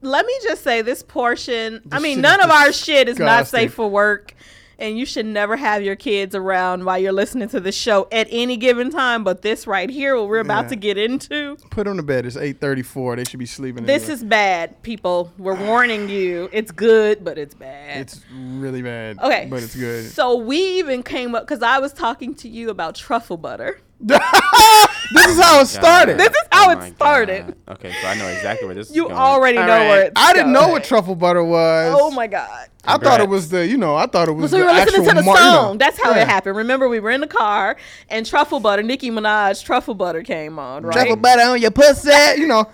Let me just say this portion. I
This
mean,
shit
none
is
of our shit is not
disgusting.
safe for work. and you should never have your kids around while you're listening to the show at any given time. But this right here, what we're about
Yeah.
to get into,
Put them to bed. It's eight thirty-four. They should be sleeping.
this
anyway.
is bad, people. We're warning you. It's good, but it's bad.
It's really bad.
Eh. okay,
but it's good.
So we even came up because I was talking to you about truffle butter.
this is how it started.
This is how
Oh
it
my
started.
God. Okay, so I know exactly where this is
You
going.
already
All
know
right.
where it's
I didn't
going.
know what truffle butter was.
Oh my god.
I thought
Congrats.
it was the you know I thought it was
So we
the
were listening
actual
to the
mar- you know.
song. That's how
Yeah.
it happened. Remember, we were in the car and Truffle Butter, Nicki Minaj, Truffle Butter came on, right?
Truffle butter on your pussy. You know,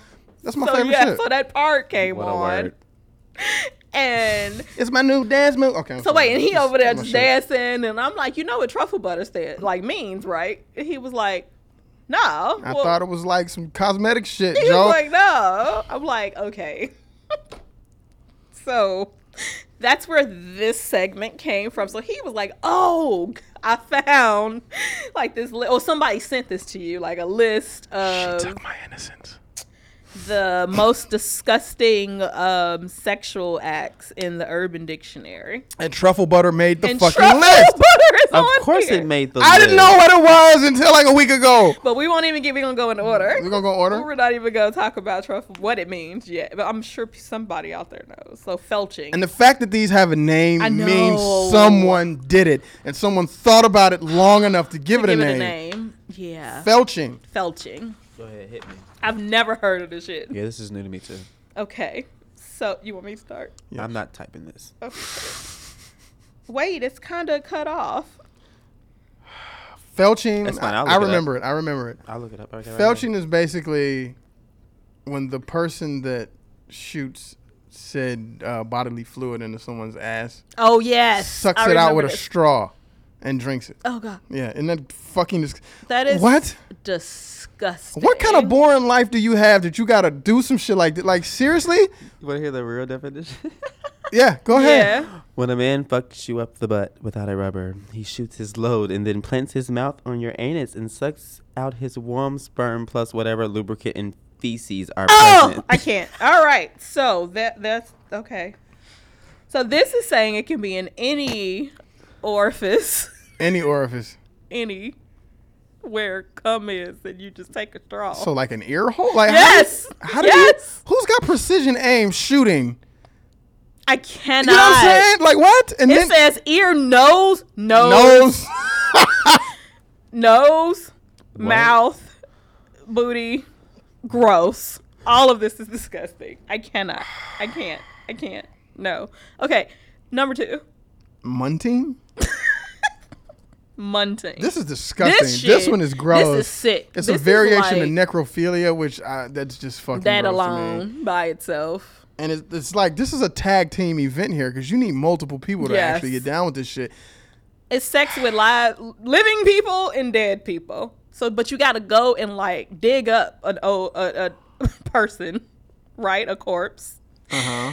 that's my
so
favorite
yeah,
shit.
so that part came
What a
on.
word.
And
It's my new dance move. Okay. I'm
so
sorry.
wait, and he over there
my
just
shit.
dancing, and I'm like, you know what truffle butter said, like means, right? And he was like, no.
I thought it was like some cosmetic shit,
He
Joe.
was like, no. I'm like, okay. so that's where this segment came from. So he was like, oh, I found like this, li- or somebody sent this to you, like a list of
my innocence.
the most disgusting um, sexual acts in the Urban Dictionary.
And truffle butter made the
and
fucking
truffle
list.
butter is
Of
on
course
here.
it made the
I didn't know
list.
what it was until like a week ago.
But we won't even get. We're gonna go in order.
We gonna go in order?
We're not even gonna talk about truffle what it means yet. But I'm sure somebody out there knows. So felching.
And the fact that these have a name
I
means
know.
someone did it, and someone thought about it long enough to give, it, a
give
name.
it a name. Yeah.
Felching.
felching.
Go ahead, hit me.
I've never heard of this shit.
Yeah, this is new to me too.
Okay. So you want me to start?
Yes.
I'm not typing this.
Okay. Wait, it's kind of cut off.
Felching.
That's fine,
I,
I'll look
I
it up.
remember it, I remember it.
I'll look it up. Okay, right now.
Felching is basically when the person that shoots said uh, bodily fluid into someone's ass
Oh yes.
sucks
I
it out
remember
with a
this.
straw and drinks it.
Oh god.
Yeah, isn't that fucking dis-
That is
what?
disgusting.
What kind of boring life do you have that you gotta do some shit like that? Like seriously?
You want to hear the real definition?
Yeah, go ahead.
Yeah.
when a man fucks you up the butt without a rubber, he shoots his load and then plants his mouth on your anus and sucks out his warm sperm plus whatever lubricant and feces are
Oh,
present.
I can't. All right. So that that's okay. So this is saying it can be in any orifice,
Any orifice.
any where cum is, and you just take a straw.
So like an ear hole? Like how do you-
yes.
how do,
yes.
you who's got precision aim shooting?
I cannot.
You know what I'm saying? Like what? And
It says ear, nose, nose,
nose.
nose, mouth, booty, gross. All of this is disgusting. I cannot. I can't. I can't. No. Okay. Number two,
Munting?
munting.
This is disgusting. This, one is gross.
This is sick. This
It's a
is
variation of
like
necrophilia, which I, that's just fucking
That
gross To me.
alone by itself.
And it's, it's like this is a tag team event here because you need multiple people to
Yes.
actually get down with this shit.
It's sex with live, living people and dead people. So, but you got to go and like dig up an old a, a person, right? A corpse.
Uh-huh.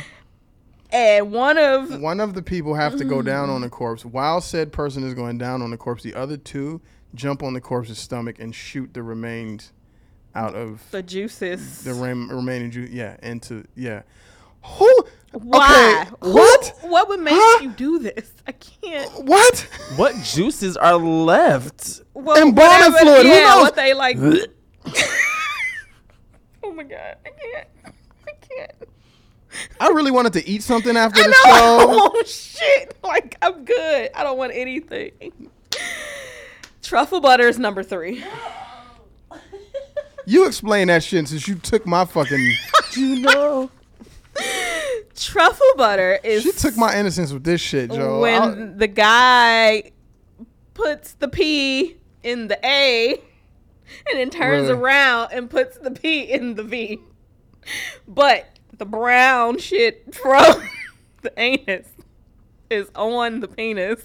And one of
One of the people have to
Mm-hmm.
go down on the corpse. While said person is going down on the corpse, the other two jump on the corpse's stomach and shoot the remains out of
the juices.
the rem- remaining juice. Yeah, into yeah. Who?
Why?
Okay,
Who-
what?
What would make
Huh?
you do this? I can't.
What?
what juices are left?
Well,
And boiling
whatever-
fluid, who
Yeah,
knows?
what they like. oh my god, I can't. I can't.
I really wanted to eat something after
I
the
know. I
show.
don't want Oh, shit. Like I'm good. I don't want anything. Truffle butter is number three.
You explain that shit since you took my fucking.
You know.
Truffle butter is
she took my innocence with this shit, Joe.
when
I-
the guy puts the P in the A and then turns
Really?
around and puts the P in the V. But the brown shit from the anus is on the penis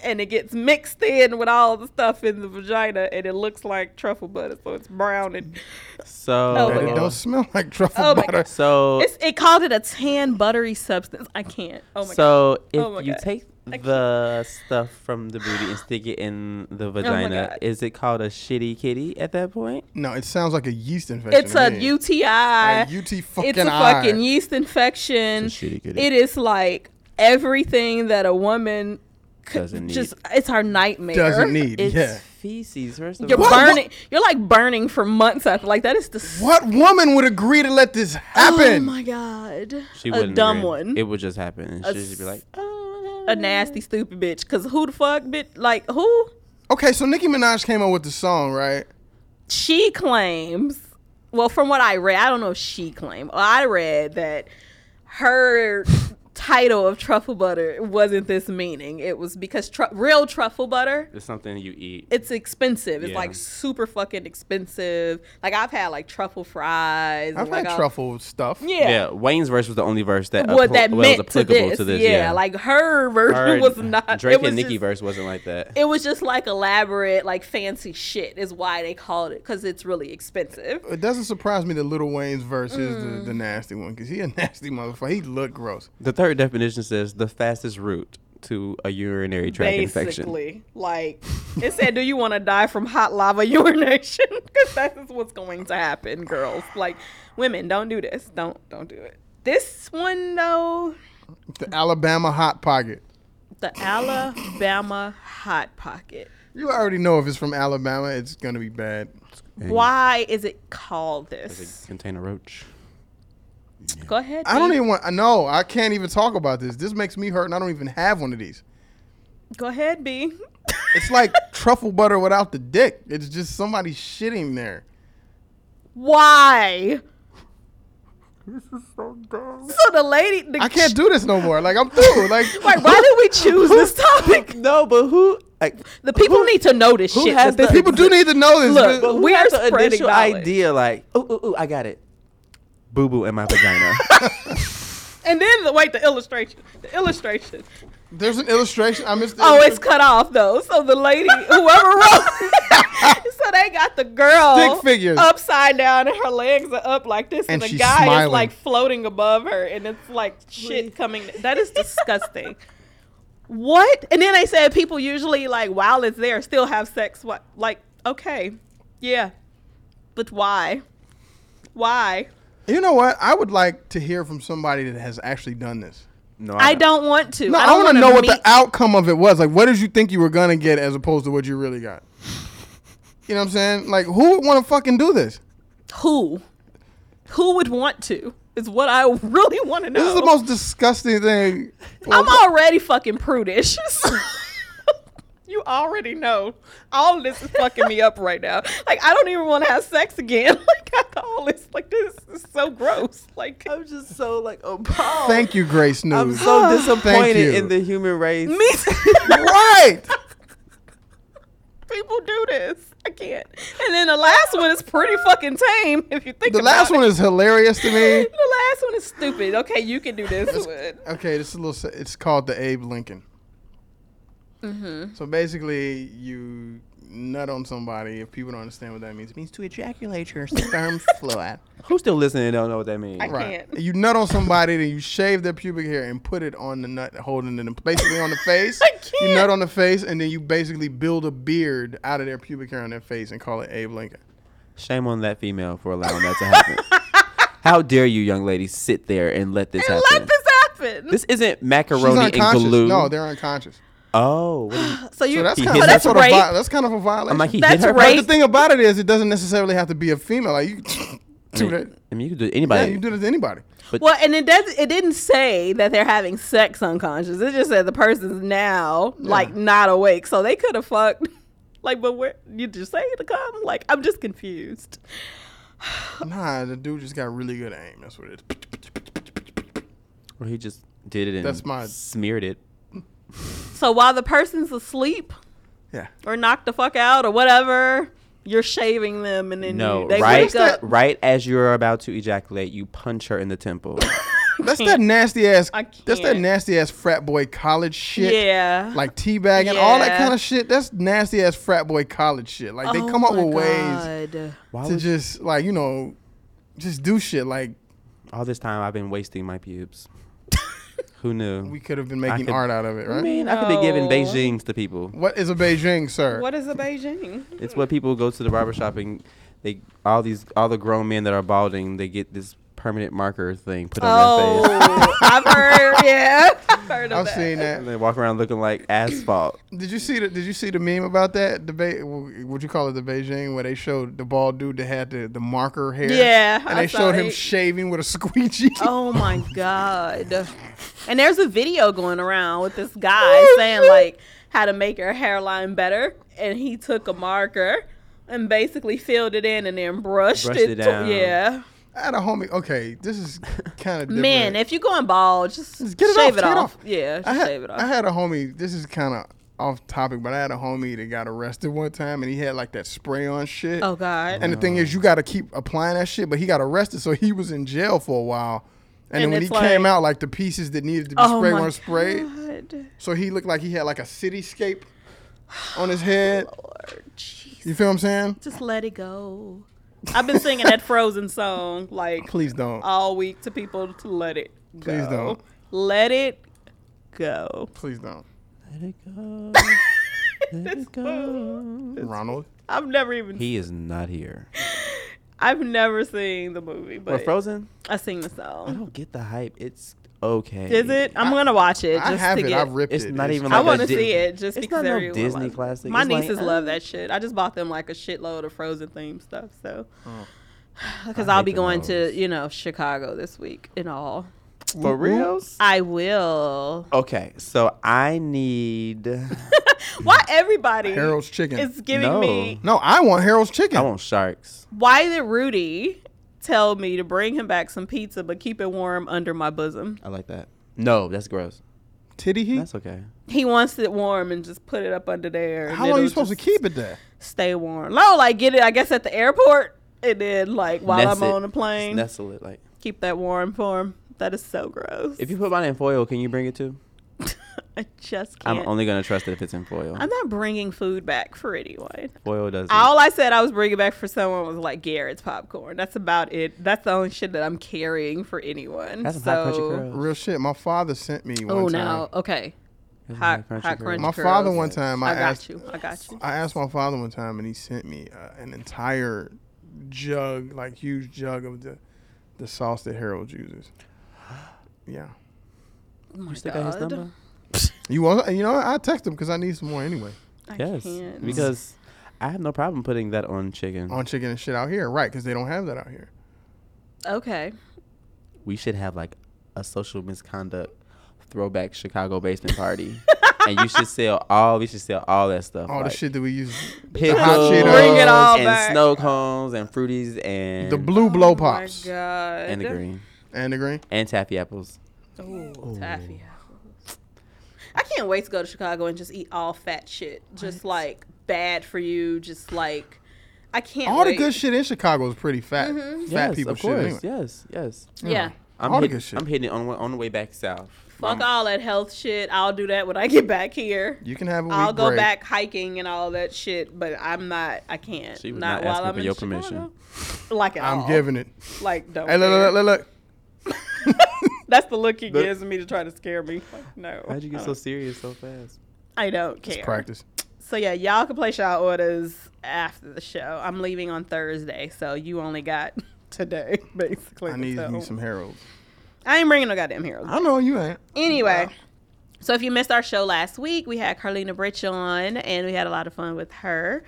and it gets mixed in with all the stuff in the vagina and it looks like truffle butter so it's brown and
So,
Oh my
That it
God.
don't smell like truffle
Oh my
butter.
so
it's, it called it a tan buttery substance i can't oh my god
So if
Oh my
you
God.
take the stuff from the booty and stick it in the vagina,
Oh God.
is it called a shitty kitty at that point?
No, it sounds like a yeast infection.
it's
to
a
me.
uti
A UT fucking
it's a
eye.
fucking yeast infection.
It's a shitty kitty.
it is like everything that a woman
Doesn't need.
just it's our nightmare.
Doesn't need.
it's
yeah.
feces. First of
You're
all,
What?
burning. You're like burning for months after. Like that is the
What woman would agree to let this
Oh
happen?
my god.
she
a
wouldn't
dumb
agree.
one.
It would just happen. And she'd just be like,
a nasty stupid bitch. Cause who the fuck bitch? Like who?
okay, so Nicki Minaj came up with the song, right?
Oh she claims well from what i read i don't know if she claimed i read that her title of truffle butter wasn't this meaning it was because tru- real truffle butter
"It's something you eat."
it's expensive it's
Yeah.
like super fucking expensive like i've had like truffle fries and,
I've
like,
had
I'll-
truffle stuff.
yeah,
Yeah. Wayne's verse was the only verse that
what
appl-
that
well,
meant
was
to
applicable
this, yeah. like her version
Her-
was not
Drake
it was
and Nicki
just-
verse wasn't like that.
it was just like elaborate like fancy shit is why they called it because it's really expensive
It doesn't surprise me that Lil Wayne's verse
Mm.
is the, the nasty one because he a nasty motherfucker. He look gross.
The third definition says the fastest route to a urinary tract infection.
basically like it said do you want to die from hot lava urination because that's what's going to happen girls like women don't do this don't don't do it this one though
The Alabama hot pocket.
the alabama hot pocket
You already know if it's from Alabama, it's gonna be bad.
why is it called this
Contain a roach.
go ahead
I don't
B.
even want. I know. I can't even talk about this. This makes me hurt, and I don't even have one of these.
go ahead b
It's like truffle butter without the dick. It's just somebody shitting there.
why so the lady the
I can't do this no more. Like I'm through. Like
like why did we choose this topic
No, but who? Like,
the people need to know this
who
shit
has
that
the-
people do need to know this.
Look,
but-
but- We
we
are
are the
spreading
initial
knowledge.
idea like, ooh, ooh, ooh, I got it. Boo boo in my vagina.
And then the wait, the illustration. The illustration.
there's an illustration. I missed. the
Oh, it's
illustration.
cut off though. So the lady, whoever wrote, so they got the girl
Stick figures.
upside down, and her legs are up like this,
And
and, the
she's
guy
smiling.
is like floating above her, and it's like shit coming. That is disgusting. what? And then they said people usually like while it's there still have sex. What? Like okay, yeah, but why? Why?
You know what? I would like to hear from somebody that has actually done this.
No,
I don't want to.
No, I,
don't
want
wanna
to know what the
meet-
outcome of it was. Like, what did you think you were gonna get as opposed to what you really got? You know what I'm saying? Like, who would want to fucking do this?
who who would want to is what i really want to know
This is the most disgusting thing.
i'm already fucking prudish you already know all this is fucking me up right now like i don't even want to have sex again like after all this like this is so gross like
I'm just so like appalled.
Thank you, Grace News.
I'm so disappointed
you.
in the human race.
me
right.
people do this i can't and then the last one is pretty fucking tame if you think
The
about
last
it.
one is hilarious to me.
the last one is stupid okay you can do this one.
Okay, this is a little. se- It's called the Abe Lincoln. Mm-hmm. So basically, you nut on somebody. If people don't understand what that means, it means
To ejaculate your sperm fluid.
Who's still listening and don't know what that means?
I-
Right.
can't.
You nut on somebody, then you shave their pubic hair and put it on the nut, holding it in basically on the face.
I can't.
You nut on the face, and then you basically build a beard out of their pubic hair on their face and call it Abe Lincoln.
Shame on that female for allowing that to happen. How dare you, young lady, sit there and let this
and
happen?
let this happen
This isn't
She's
macaroni and
unconscious.
glue.
No, they're unconscious.
oh, what do you-
so you
So that's
He
kind of
hit
that's
her.
sort of
That's
vi-
rape.
that's kind of a violation.
I'm like, he
That's
hit her.
rape.
but the thing about it is, it doesn't necessarily have to be a female. Like you can
I
do
mean,
that.
I mean, you could do
Yeah,
anybody.
you do this to anybody.
Well, and it does. It didn't say that they're having sex unconscious. It just said the person's now like not awake, so they could have fucked. Like, but where you just say to come? Like, I'm just confused.
Nah, the dude just got really good aim. That's what it is.
Or he just did it and
That's my-
smeared it.
So while the person's asleep
Yeah.
or knocked the fuck out or whatever, you're shaving them, and then
No,
you, they
right,
wake up.
right as you're about to ejaculate, you punch her in the temple.
That's that nasty ass.
I
That's that
can't.
nasty ass frat boy college shit.
Yeah.
Like teabagging, all that
Yeah. Oh
kind of shit. That's nasty ass frat boy college shit. Like they come up with ways
ways.
Why
to
was
just like you know, just do shit. Like
all this time I've been wasting my pubes? Who knew?
we could have been making
could-
art out of it,
I
right?
mean, I could be giving
No.
Beijing's to people.
What is a Beijing, sir?
What is a Beijing?
It's what people go to the barber shop and they all these all the grown men that are Oh. balding they get this permanent marker thing put on their face.
Oh, I've heard. Yeah. heard of
I've
that.
seen that.
And they walk around looking like asphalt.
Did you see the Did you see the meme about that debate? Would you call it the Beijing where they showed the bald dude that had the, the marker hair?
Yeah,
and
I
they
saw
showed him
it.
shaving with a squeegee.
Oh my god! And there's a video going around with this guy
Oh,
saying like how to make your hairline better, and he took a marker and basically filled it in and then brushed,
Brushed
it.
it
to-
down.
yeah,
I had a homie. Okay, this is kind of
man, if you're going bald, just,
get it
shave
off,
it
get it
off.
off.
Yeah,
I
just
had,
shave it off.
I had a homie. This is kind of off topic, but I had a homie that got arrested one time, and he had like that spray on shit.
oh god!
And the thing is, you got to keep applying that shit. But he got arrested, so he was in jail for a while. And, then
And
when he
it's
came
like-
out, like the pieces that needed to be
oh
sprayed
my
weren't sprayed.
God.
So he looked like he had like a cityscape on his head.
Lord, jeez.
You feel what I'm saying?
just let it go. I've been singing that Frozen song like
Please don't.
all week to people to let it go.
Please don't.
Let it go.
Please don't.
Let it go. Let it go.
Ronald.
I've never even
He is not here.
I've never seen the movie,
But
but
Frozen,
I sing the
I
song.
don't get the hype. It's okay.
Is it? I'm gonna watch it
I
just
have
to
it.
get.
I've ripped
It's
it.
not even
I
like a
want to
Di-
see it just
It's
because
not no
everyone
Disney
loves it.
classic.
My
It's like,
nieces
uh,
love that shit. I just bought them like a shitload of Frozen themed stuff. So, because
I
I'll
hate
be
the
going
nose.
to you know Chicago this week and all.
For reals?
I will.
Okay, so I need.
Why everybody
Harold's chicken.
is giving
No.
me
no, I want Harold's chicken.
I want sharks.
why did Rudy tell me to bring him back some pizza but keep it warm under my bosom?
I like that. No, that's gross.
titty heat.
That's okay.
He wants it warm and just put it up under there. and
How long are you
it'll
supposed
just
to keep it there?
Stay warm. No, like get it. I guess at the airport, and then like while
Nest
I'm
it.
on the plane,
Nestle it. Like,
keep that warm for him. That is so gross.
if you put mine in foil, can you bring it too?
I just
I'm
can't. I'm,
only gonna trust it if it's in foil.
not bringing food back for anyone.
foil doesn't.
All I said I was bringing back for someone was like Garrett's popcorn. That's about it. That's the only shit that I'm carrying for anyone.
That's some hot
so,
crunchy curls.
Real shit. My father sent me one
Oh
time.
no. Okay.
That's some
Hot, hot
curls.
crunchy
My
curls.
father one time. I,
I got
asked,
you. I got you.
I asked my father one time, and he sent me uh, an entire jug, like huge jug of the the sauce that Harold uses. Yeah.
Oh my
You still got his
God.
number?
You want? You know, I text him because I need some more anyway.
I
Yes,
can't.
because I have no problem putting that on chicken.
on chicken and shit out here, right? Because they don't have that out here.
okay.
we should have like a social misconduct throwback Chicago basement party, and you should sell all. We should sell all that stuff.
All the
like
shit that we use,
pickles,
hot Cheetos.
Bring it all
and
back.
snow cones and fruities and
the blue blow
Oh
pops,
my god.
and the green
and the green.
and taffy apples.
Ooh,
Mm.
taffy apples. I can't wait to go to Chicago and just eat all fat shit. Just like bad for you. Just like I can't.
All the
wait. Mm-hmm.
good shit in Chicago is pretty fat, fat
yes,
people
of course.
shit. Anyway.
Yes, yes.
Yeah.
I'm
All the
hitting,
good shit.
I'm hitting it on on the way back south.
Fuck all that health shit. I'll do that when I get back here.
You can have a week
I'll go
break.
back hiking and all that shit, but I'm not. I can't.
She was
not,
not
while
asking
I'm
for
in
your
Chicago.
permission.
Like at
I'm
all.
giving it.
Like don't.
Hey, look,
care.
look, look, look.
That's the look he gives me to try to scare me. Like, no.
How'd you get
I
so
don't-
serious so fast?
I don't care.
Practice.
So yeah, y'all can place y'all orders after the show. I'm leaving on Thursday, so you only got today basically.
I need,
so.
need some Harold.
I ain't bringing no goddamn heroes.
I know you ain't.
Anyway, so if you missed our show last week, we had Carlina Britch on and we had a lot of fun with her.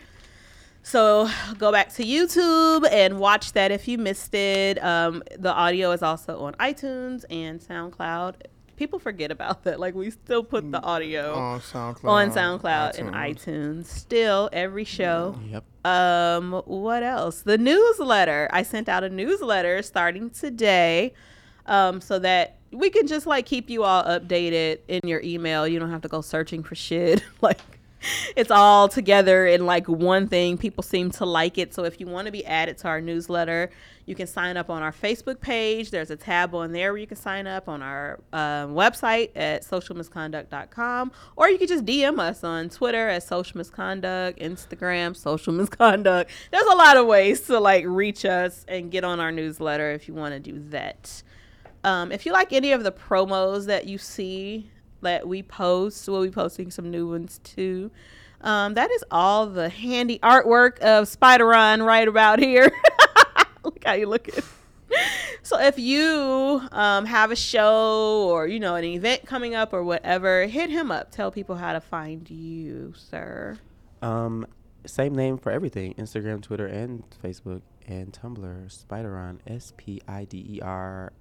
So go back to YouTube and watch that if you missed it. Um, the audio is also on iTunes and SoundCloud. People forget about that. Like we still put the audio
On SoundCloud.
on SoundCloud and iTunes. Still every show.
Yep.
Um, what else? The newsletter. I sent out a newsletter starting today, um, so that we can just like keep you all updated in your email. You don't have to go searching for shit. like it's all together in like one thing. People seem to like it. So if you want to be added to our newsletter, you can sign up on our Facebook page. There's a tab on there where you can sign up on our um, website at socialmisconduct.com, or you can just DM us on Twitter at social misconduct, Instagram social misconduct. There's a lot of ways to like reach us and get on our newsletter if you want to do that. Um, if you like any of the promos that you see that we post, we'll be posting some new ones too. Um, that is all the handy artwork of Spider-Ron right about here. Look how you looking. So if you um, have a show or you know an event coming up or whatever, hit him up. Tell people how to find you, sir.
Um, same name for everything: Instagram, Twitter, and Facebook, and Tumblr. Spideron, S P I D E R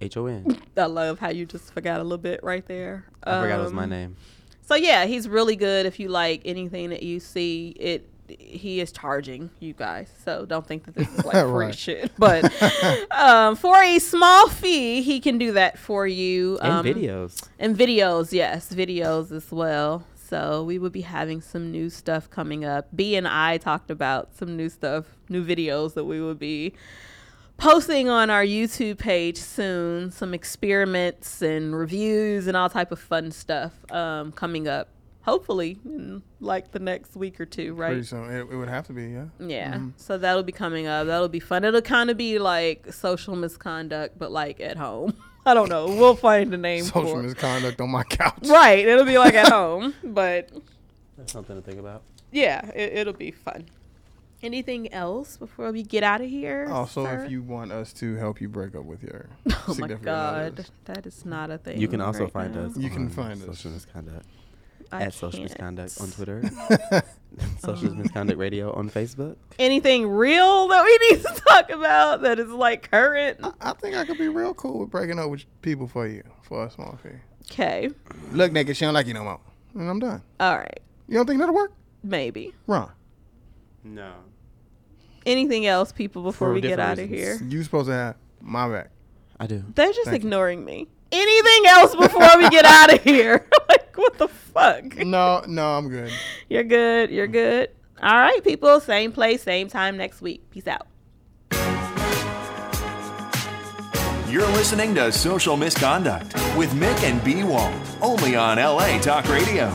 H O N.
I love how you just forgot a little bit right there.
I forgot it was my
Um,
name.
So yeah, he's really good. If you like anything that you see, it he is charging you guys. So don't think that this is like free
Right.
shit. But um, for a small fee, he can do that for you. um,
and videos.
and videos, yes, videos as well. So we will be having some new stuff coming up. B and I talked about some new stuff, new videos that we will be posting on our YouTube page soon. Some experiments and reviews and all type of fun stuff um, coming up. Hopefully, in like the next week or two, right?
Pretty soon. It, it would have to be, yeah.
Yeah. So that'll be coming up. That'll be fun. It'll kind of be like social misconduct, but like at home. I don't know. We'll find a name
Social
for it.
misconduct on my couch.
Right. It'll be like at home, but
That's something to think about.
yeah, it, it'll be fun. Anything else before we get out of here?
Also,
sir?
if you want us to help you break up with your
Oh my
significant
God,
others,
that is not a thing.
You can also
right
find
now.
us.
You can
on
find us.
Social misconduct
I
at social
can't.
misconduct on Twitter. social misconduct radio on Facebook.
Anything real that we need to talk about that is like current?
I think I could be real cool with breaking up with people for you for a small fee.
Okay.
Look, nigga, she don't like you no more, and I'm done.
All right.
You don't think that'll work?
Maybe.
Wrong.
No.
Anything else, people, before
For
we get
different
out of
reasons.
here?
You supposed to have my back.
I do.
They're just
Thank you.
ignoring me. Anything else before we get out of here? like, what the fuck?
No, no, I'm good.
You're good. You're good. All right, people. Same place, same time next week. Peace out.
You're listening to Social Misconduct with Mick and B Wall, only on LA Talk Radio.